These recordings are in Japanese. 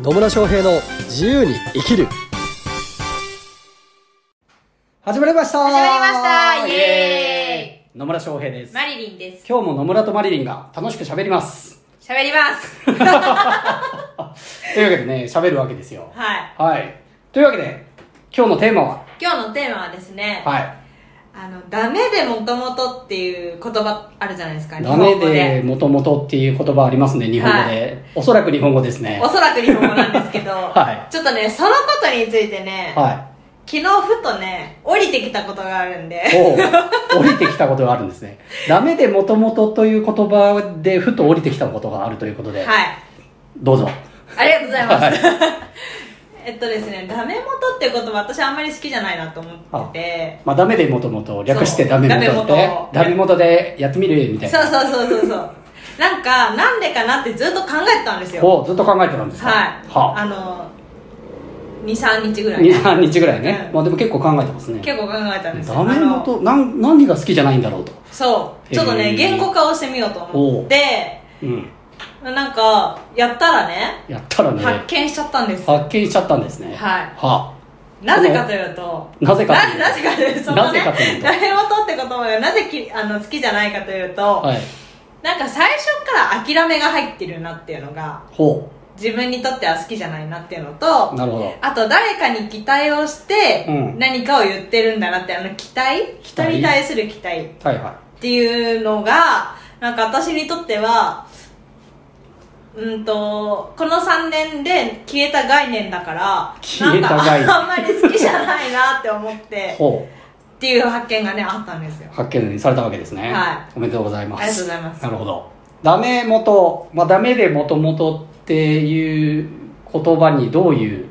野村翔平の自由に生きる始まりました始まりましたイエーイ野村翔平ですマリリンです。今日も野村とマリリンが楽しく喋ります喋ります。 というわけでね喋るわけですよはい。はいというわけで今日のテーマは今日のテーマはですね、はいあの、ダメでもともとっていう言葉あるじゃないですか、ダメ日本語で。もともとっていう言葉ありますね日本語で、おそらく日本語ですねおそらく日本語なんですけど、 はいちょっとね、そのことについてね、は昨日ふとね、降りてきたことがあるんいで、お う降りてきたことがあるんですねダメでもともとという言葉でふと降りてきたことがあるということで、はい。どうぞありがとうございます。はい えっとですね、ダメ元っていう言葉私あんまり好きじゃないなと思ってて、まあ、ダメでもともと略してそうダメもとっダメて元ダメもとでやってみるみたいそうなそうそうそうそう。なんか、なんでかなってずっと考えてたんですよ。をずっと考えてたんですかはい、はあの23日ぐらい結23日ぐらいね、うんまあ、でも結構考えてますね構考えたんですよダメもあのとなん何が好きじゃないんだろうと、そうちょっとへーね言語化をしてみようと思ってうん、なんかやったらねやったらね発見しちゃったんです発見しちゃったんですねはいはなぜかというとなぜかというとななぜかというとそなのぜねかというと誰もとって言葉がなぜきあの好きじゃないかというと、あはいなんか最初から諦めが入ってるなっていうのがほ自分にとっては好きじゃないなっていうのとうなるほどあと誰かに期待をしてうん何かを言ってるんだなって、あの期待期人待に対する期待っはいはていうのがなんか私にとってはうんとこの3年で消えた概念だから消えた概念なんかあんまり好きじゃないなって思っいてほっていう発見がねあったんですよう発見されたわけですねはおめでとうございますありがとうございますなるほどダメもと、まあ、ダメでもともとっていう言葉にどういう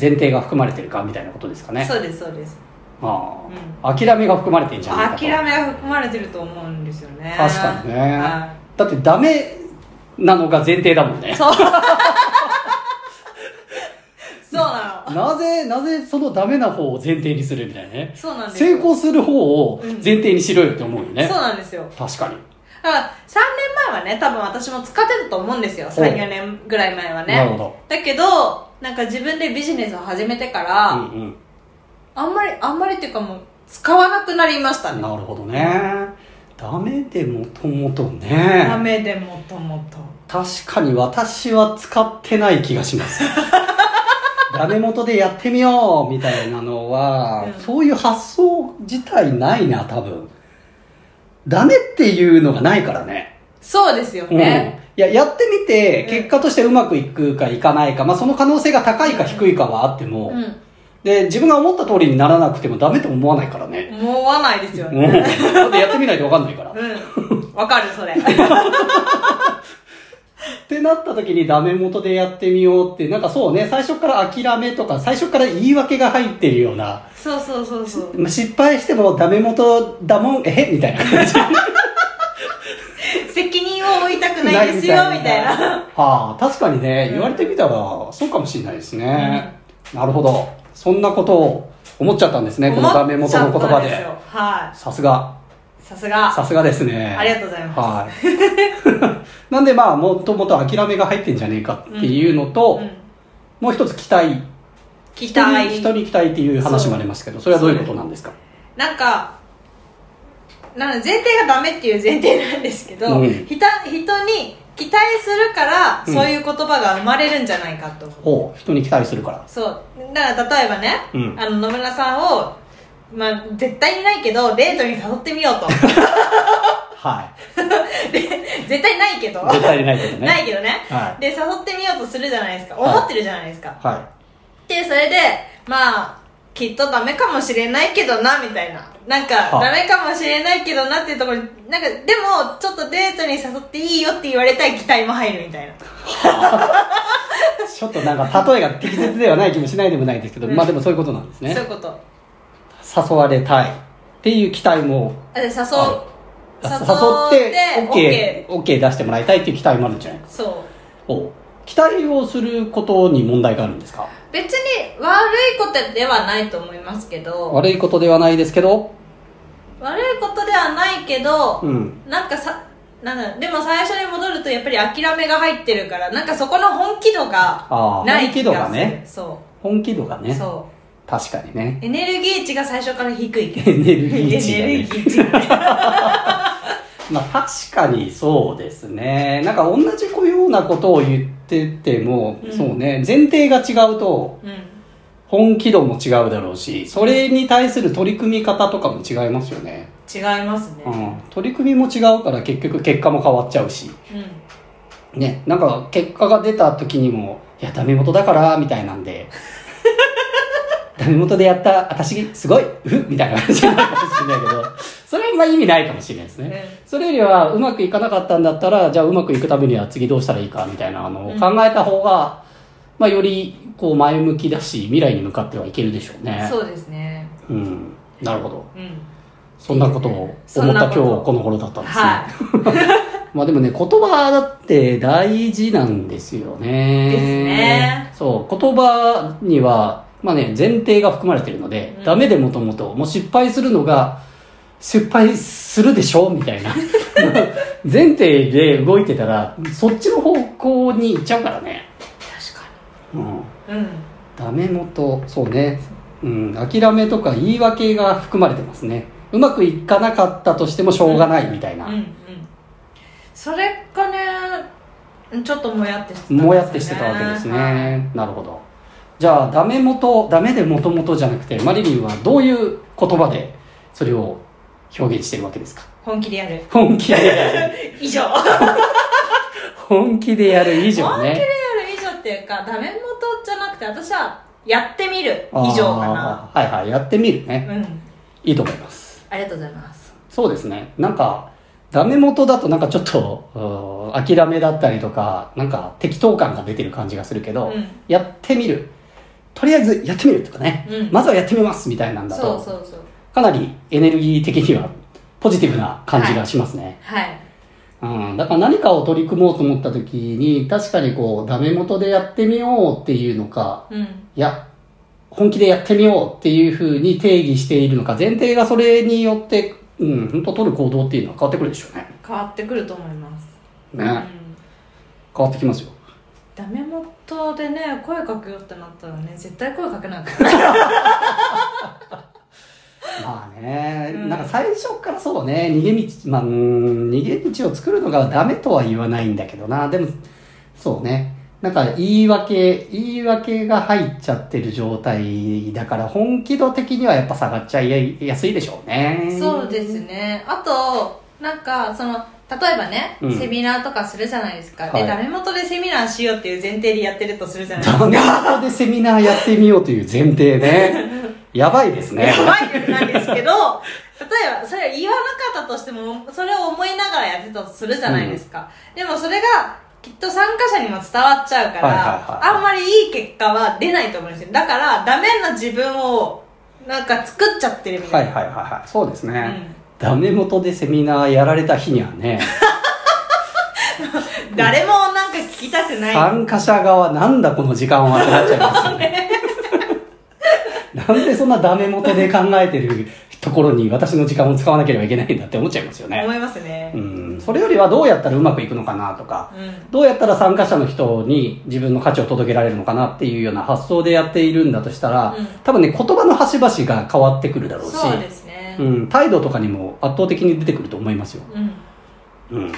前提が含まれてるかみたいなことですかねそうですそうですまあ、諦めが含まれてんじゃないかと諦めが含まれてると思うんですよね確かにね、はだってダメなのが前提だもんいねそう そうなのなぜなぜそのダメな方を前提にするみたいなねそうなんですよ成功する方を前提にしろよって思うよね、そうなんですよ確かにだから3年前はね多分私も使ってたと思うんですよう34年ぐらい前はなるほねどだけどなんか自分でビジネスを始めてから、うんうんあんまりあんまりっていうかもう使わなくなりましたねなるほどねダメでもともとねダメでもともと確かに私は使ってない気がします ダメ元でやってみようみたいなのは、うんそういう発想自体ないな多分ダメっていうのがないからねそうですようんね、いややってみてうん結果としてうまくいくかいかないか、まあ、その可能性が高いか低いかはあっても、うんで自分が思った通りにならなくてもダメと思わないからね、思わないですようん、 ねだってやってみないと分かんないからうんわかる それってなった時にダメ元でやってみようってなんかそうね最初から諦めとか最初から言い訳が入ってるようなそうそうそうそうまあ失敗してもダメ元だもんえみたいな感じ責任を負いたくないですよみたいな はあ確かにねうん言われてみたらそうかもしれないですね、なるほどそんなことを思っちゃったんですねこのダメ元の言葉思っちゃったんすでよはさすがいさすがさすがですねありがとうございますはい。 なんでまあ、もともと諦めが入ってんじゃねえかっていうのと、うんもう一つ期待。期待人に期待っていう話もありますけど、それはどういうことなんですかなんかなんか前提がダメっていう前提なんですけど、うんひた人に期待するからうんそういう言葉が生まれるんじゃないかと思う、ほう、人に期待するから。そうだから例えばね、うんあの野村さんを、まあ、絶対にないけどデートに誘ってみよう とは絶対ないけど、 い。絶対にないけどね。ないけどねはい。で誘ってみようとするじゃないですかはい思ってるじゃないですか、はでそれでまあきっとダメかもしれないけどなみたいななんかはあ。ダメかもしれないけどなっていうところになんかでもちょっとデートに誘っていいよって言われたい期待も入るみたいないちょっとなんか、例えが適切ではない気もしないでもないですけど、うんまあでもそういうことなんですねそう。いうこと誘われたいっていう期待も、あで誘うは誘誘っってて、OK、OK 出してもらいたいっていう期待もあるんじゃないそうほう。期待をすることに問題があるんですか別に悪いことではないと思いますけど悪いことではないですけど、悪いことではないけどうん、なんかさなんだろうでも最初に戻るとやっぱり諦めが入ってるからなんかそこの本気度がああない本気気度がするがねそ本気度がう、ねそ確かにねうエネルギー値が最初から低いけどエネルギエネー値がねルギー値まあ確かにそうですねなんか同じようなことを言ってても、うんそうね前提が違うとうん本気度も違うだろうしそれに対する取り組み方とかも違いますよね、違いますねうん、取り組みも違うから結局結果も変わっちゃうしうん、ねなんか結果が出た時にもいやダメ元だからみたいなんでダメ元でやった私すごいうっみたいな感じになるかもしれないけどそれはあんま意味ないかもしれないですね、それよりはうまくいかなかったんだったらじゃあうまくいくためには次どうしたらいいかみたいなのを考えた方が、まあ、よりこう前向きだし未来に向かってはいけるでしょううんねそうですねうんなるほどうんそんなことをそん思っなた今こ日とこの頃だったんですね、はいまあでもね言葉だって大事なんですよねですねそう言葉にはまあね前提が含まれてるので、うんダメでもともともう失敗するのが失敗するでしょみたい な前提で動いてたらそっちの方向に行っちゃうからね、確うん、かにうんダメ元そうね、うん、諦めとか言い訳が含まれてますねうまくいかなかったとしてもしょうがないみたいな、うんうんそれがねちょっともやってしてたんですよねもやってしてたわけですはいね。なるほど。じゃあ、ダメ元、ダメでもともとじゃなくて、マリリンはどういう言葉でそれを表現してるわけですか本気でやる本気でやる。以上本本気でやる以気でや上ね。る以上っていうかダメ元じゃなくて私はやってみる以上かなあー。はいはい、やってみるね。うんいいと思います。ありがとうございますそうですね。なんか、ダメ元だとなんかちょっと、うー諦めだったりとか、なんか適当感が出てる感じがするけうど、んやってみる。とりあえずやってみるとかね。うんまずはやってみますみたいなんだと。そうそうそうかなりエネルギー的にはポジティブな感じがしますね、はいうん、だから何かを取り組もうと思った時に確かにこうダメ元でやってみようっていうのかうんいや本気でやってみようっていうふうに定義しているのか前提がそれによって、うん、本当取る行動っていうのは変わってくるでしょうね変わってくると思いますうねん変わってきますよダメ元でね声かけようってなったらね絶対声かけないからまあね、うんなんか最初からそうね逃げ道まあうん逃げ道を作るのがダメとは言わないんだけどなでもそうねなんか言い訳言い訳が入っちゃってる状態だから本気度的にはやっぱ下がっちゃいやすいでし ょうねそうですねあとなんかその例えばね、うんセミナーとかするじゃないですか、はいでダメ元でセミナーしようっていう前提でやってるとするじゃないですかダメ元でセミナーやってみようという前提ねやばいですね怖いルールなんですけど例えばそれを言わなかったとしてもそれを思いながらやってたとするじゃないですか、でもそれがきっと参加者にも伝わっちゃうから、はいはいはいあんまりいい結果は出ないと思うんですよだからダメな自分をなんか作っちゃってるみたはいいな、はいはいはいそうですね、うんダメ元でセミナーやられた日にはね誰もなんか聞きたくない参加者側なんだこの時間はってなっちゃいますよね なんでそんなダメ元で考えてるところに私の時間を使わなければいけないんだって思っちゃいますよね思いますねうんそれよりはどうやったらうまくいくのかなとかうん、どうやったら参加者の人に自分の価値を届けられるのかなっていうような発想でやっているんだとしたら、うん多分ね言葉の端々が変わってくるだろうしそうですねうん、態度とかにも圧倒的に出てくると思いますよ、うん、うん、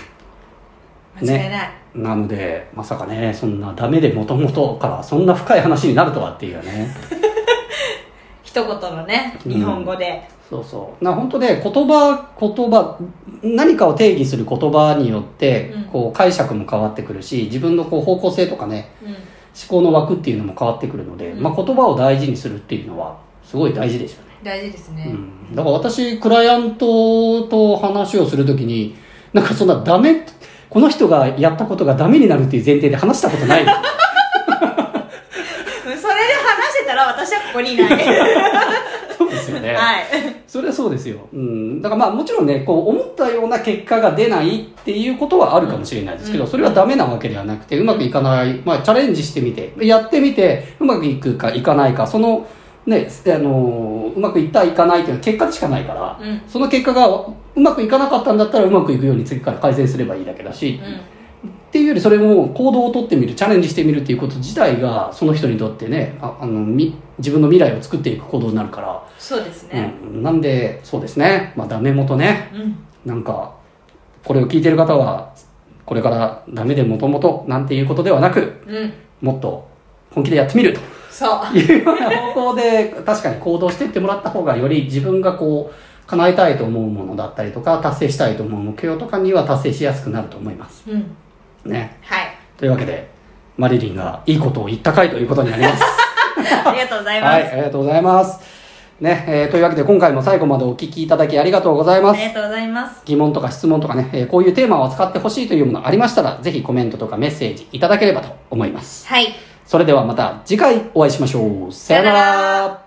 間違いない、なのでまさかねそんなダメでもともとからそんな深い話になるとはっていうね一言のねうん日本語で、そうそうな本当ね言葉言葉何かを定義する言葉によって、うんこう解釈も変わってくるし自分のこう方向性とかねうん思考の枠っていうのも変わってくるので、うんまあ、言葉を大事にするっていうのはすごい大事ですよね、大事ですね、うん、だから私クライアントと話をするときになんかそんなダメこの人がやったことがダメになるっていう前提で話したことないそれで話してたら私はここにいないそうですよね はいそれはそうですよ、うん、だからまあもちろんねこう思ったような結果が出ないっていうことはあるかもしれないですけど、うんそれはダメなわけではなくてうまくいかない、まあ、チャレンジしてみてやってみてうまくいくかいかないかそのね、あのうまくいったいかないというのは結果でしかないから、うんその結果がうまくいかなかったんだったらうまくいくように次から改善すればいいだけだし、うんっていうよりそれも行動をとってみるチャレンジしてみるっていうこと自体がその人にとってねああのみ自分の未来を作っていく行動になるから、そうですねうん、なんでそうですね、まあ、ダメ元ねうんなんかこれを聞いてる方はこれからダメでもともとなんていうことではなくうんもっと本気でやってみるとそういうような方向で確かに行動していってもらった方がより自分がこう叶えたいと思うものだったりとか達成したいと思う目標とかには達成しやすくなると思いますうんね はいというわけでマリリンがいいことを言った回ということになりますありがとうございます、はいありがとうございますね、えーというわけで今回も最後までお聞きいただきありがとうございあますりがとうございます疑問とか質問とかね、えーこういうテーマを扱ってほしいというものありましたら、ぜひコメントとかメッセージいただければと思います。はいそれではまた次回お会いしましょう。さよなさよならら。